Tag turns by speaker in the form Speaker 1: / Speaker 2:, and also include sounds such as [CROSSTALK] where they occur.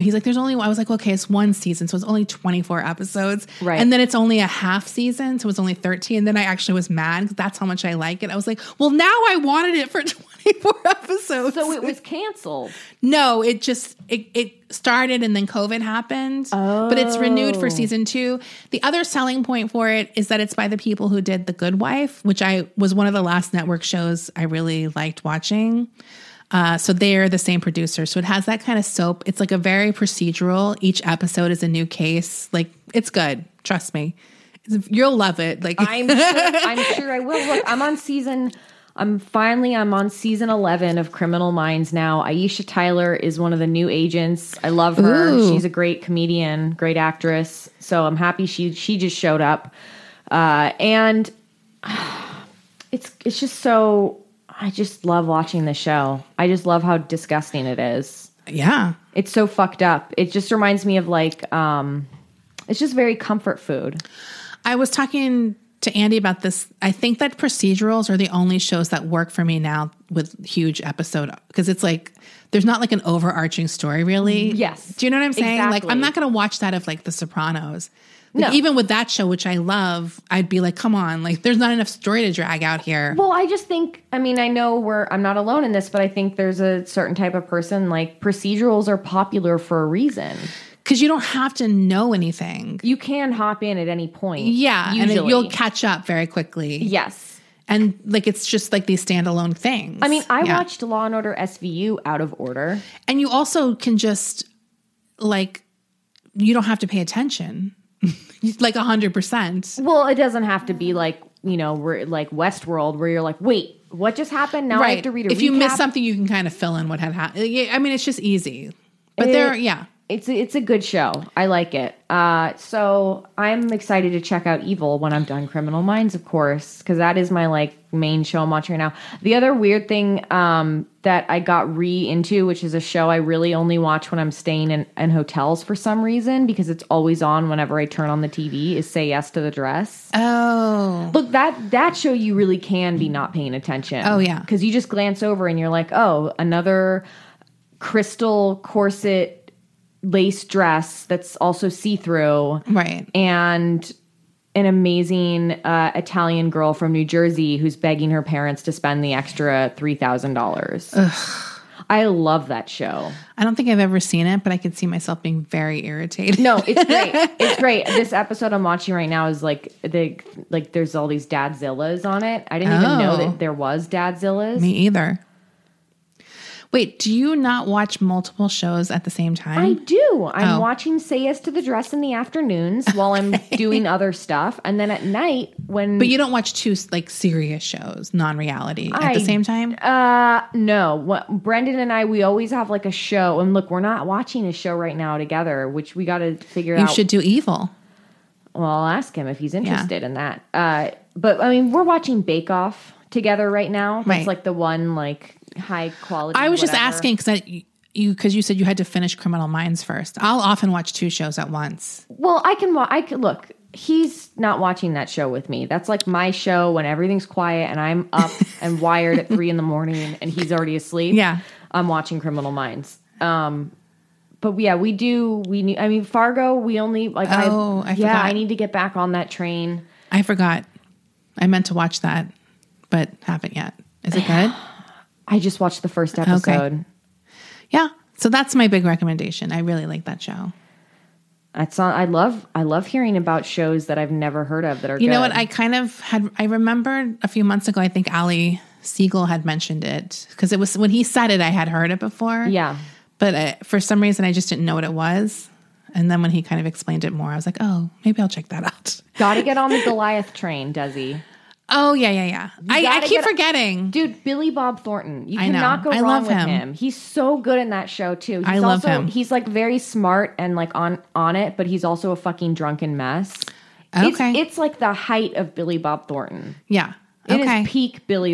Speaker 1: He's like, there's only, I was like, okay, it's one season. So it's only 24 episodes.
Speaker 2: Right.
Speaker 1: And then it's only a half season. So it's only 13. And then I actually was mad because that's how much I like it. I was like, well, now I wanted it for [LAUGHS] 24 episodes.
Speaker 2: So it was canceled.
Speaker 1: No, it just it, it started and then COVID happened. But it's renewed for season two. The other selling point for it is that it's by the people who did The Good Wife, which I was one of the last network shows I really liked watching. Uh, so they're the same producer. So it has that kind of soap. It's like a very procedural. Each episode is a new case. Like it's good. Trust me. It's- You'll love it. Like
Speaker 2: I'm sure, I'm sure I will. Look, I'm on season. I'm finally. I'm on season eleven of Criminal Minds now. Aisha Tyler is one of the new agents. I love her.
Speaker 1: Ooh.
Speaker 2: She's a great comedian, great actress. So I'm happy she she just showed up. Uh, and [SIGHS] it's it's just so. I just love watching the show. I just love how disgusting it is
Speaker 1: yeah.
Speaker 2: it's so fucked up. It just reminds me of like um it's just very comfort food.
Speaker 1: I was talking to Andy about this. I think that procedurals are the only shows that work for me now with huge episode because it's like there's not like an overarching story really.
Speaker 2: Mm-hmm. Yes.
Speaker 1: Do you know what I'm saying? Like I'm
Speaker 2: Exactly.
Speaker 1: not going to watch that of like The Sopranos. Like,
Speaker 2: No.
Speaker 1: Even with that show, which I love, I'd be like, come on, like there's not enough story to drag out here.
Speaker 2: Well, I just think I mean, I know we're I'm not alone in this, but I think there's a certain type of person like procedurals are popular for a reason.
Speaker 1: Because you don't have to know anything.
Speaker 2: You can hop in at any point.
Speaker 1: Yeah.
Speaker 2: usually.
Speaker 1: And it- you'll catch up very quickly.
Speaker 2: Yes.
Speaker 1: And like it's just like these standalone things.
Speaker 2: I mean, I
Speaker 1: Yeah.
Speaker 2: watched Law and Order SVU out of order.
Speaker 1: And you also can just like you don't have to pay attention. [LAUGHS] like a hundred percent.
Speaker 2: Well, it doesn't have to be like, you know, we're like Westworld where you're like, "Wait, what just happened?" Now I have to read a
Speaker 1: if you miss
Speaker 2: recap.
Speaker 1: something, you can kind of fill in what had happened. I mean, it's just easy. But there, yeah.
Speaker 2: It's a, it's a good show. I like it. Uh, so I'm excited to check out Evil when I'm done Criminal Minds, of course, because that is my like main show I'm watching right now. The other weird thing um, that I got re into, which is a show I really only watch when I'm staying in, in hotels for some reason, because it's always on whenever I turn on the TV, is Say Yes to the Dress.
Speaker 1: Oh,
Speaker 2: Look, that that show you really can be not paying attention.
Speaker 1: Oh, yeah.
Speaker 2: because you just glance over and you're like, oh, another crystal corset lace dress that's also see through,
Speaker 1: right.
Speaker 2: and an amazing uh, Italian girl from New Jersey who's begging her parents to spend the extra three thousand dollars. I love that show.
Speaker 1: I don't think I've ever seen it, but I could see myself being very irritated.
Speaker 2: No, it's great. it's great. This episode I'm watching right now is like the like there's all these dadzillas on it. I didn't even know
Speaker 1: Oh.
Speaker 2: that there was
Speaker 1: [LAUGHS]
Speaker 2: dadzillas.
Speaker 1: Me either. Wait, do you not watch multiple shows at the same
Speaker 2: I
Speaker 1: time?
Speaker 2: do. I'm
Speaker 1: Oh.
Speaker 2: watching Say Yes to the Dress in the afternoons while
Speaker 1: [LAUGHS]
Speaker 2: I'm doing other stuff, and then at night when
Speaker 1: but you don't watch two like serious shows, non-reality at
Speaker 2: I-
Speaker 1: the same time.
Speaker 2: uh no, what, Brendan and I we always have like a show, and look, we're not watching a show right now together, which we got to figure
Speaker 1: you
Speaker 2: out.
Speaker 1: should do evil.
Speaker 2: Well, I'll ask him if he's interested in that. Uh, but I mean, we're watching Bake Off together right now. That's
Speaker 1: Right.
Speaker 2: like the one like high quality.
Speaker 1: I was just
Speaker 2: whatever.
Speaker 1: asking because you because you said you had to finish Criminal Minds first. I'll often watch two shows at once.
Speaker 2: Well, I can. Wa- I can look. He's not watching that show with me. That's like my show when everything's quiet and I'm
Speaker 1: [LAUGHS]
Speaker 2: up and wired at three in the morning and he's already asleep.
Speaker 1: Yeah.
Speaker 2: I'm watching Criminal Minds. Um, but yeah, we do. We need. I mean, Fargo. We only like.
Speaker 1: Oh, I
Speaker 2: yeah.
Speaker 1: forgot.
Speaker 2: I need to get back on that train.
Speaker 1: I forgot. I meant to watch that, but haven't yet. Is it
Speaker 2: [SIGHS]
Speaker 1: good?
Speaker 2: I just watched the first episode.
Speaker 1: yeah. So that's my big recommendation. I really like that show.
Speaker 2: That's on, I love. I love hearing about shows that I've never heard of that are.
Speaker 1: You know
Speaker 2: good.
Speaker 1: what? I kind of had. I remembered a few months ago. I think Ali Siegel had mentioned it because it was when he said it. I had heard it before.
Speaker 2: Yeah.
Speaker 1: But I, for some reason, I just didn't know what it was. And then when he kind of explained it more, I was like, oh, maybe I'll check that out.
Speaker 2: Got to get on the Goliath train, Desi.
Speaker 1: Oh yeah, yeah, yeah. I, I
Speaker 2: gotta
Speaker 1: keep
Speaker 2: get-
Speaker 1: forgetting.
Speaker 2: Dude, Billy Bob Thornton. You
Speaker 1: I know.
Speaker 2: cannot go
Speaker 1: I
Speaker 2: wrong
Speaker 1: love
Speaker 2: with him.
Speaker 1: him.
Speaker 2: He's so good in that show too. He's
Speaker 1: I love
Speaker 2: also,
Speaker 1: him.
Speaker 2: He's like very smart and like on on it, but he's also a fucking drunken mess. It's,
Speaker 1: Okay.
Speaker 2: it's like the height of Billy Bob Thornton.
Speaker 1: Yeah.
Speaker 2: It is
Speaker 1: okay.
Speaker 2: peak Billy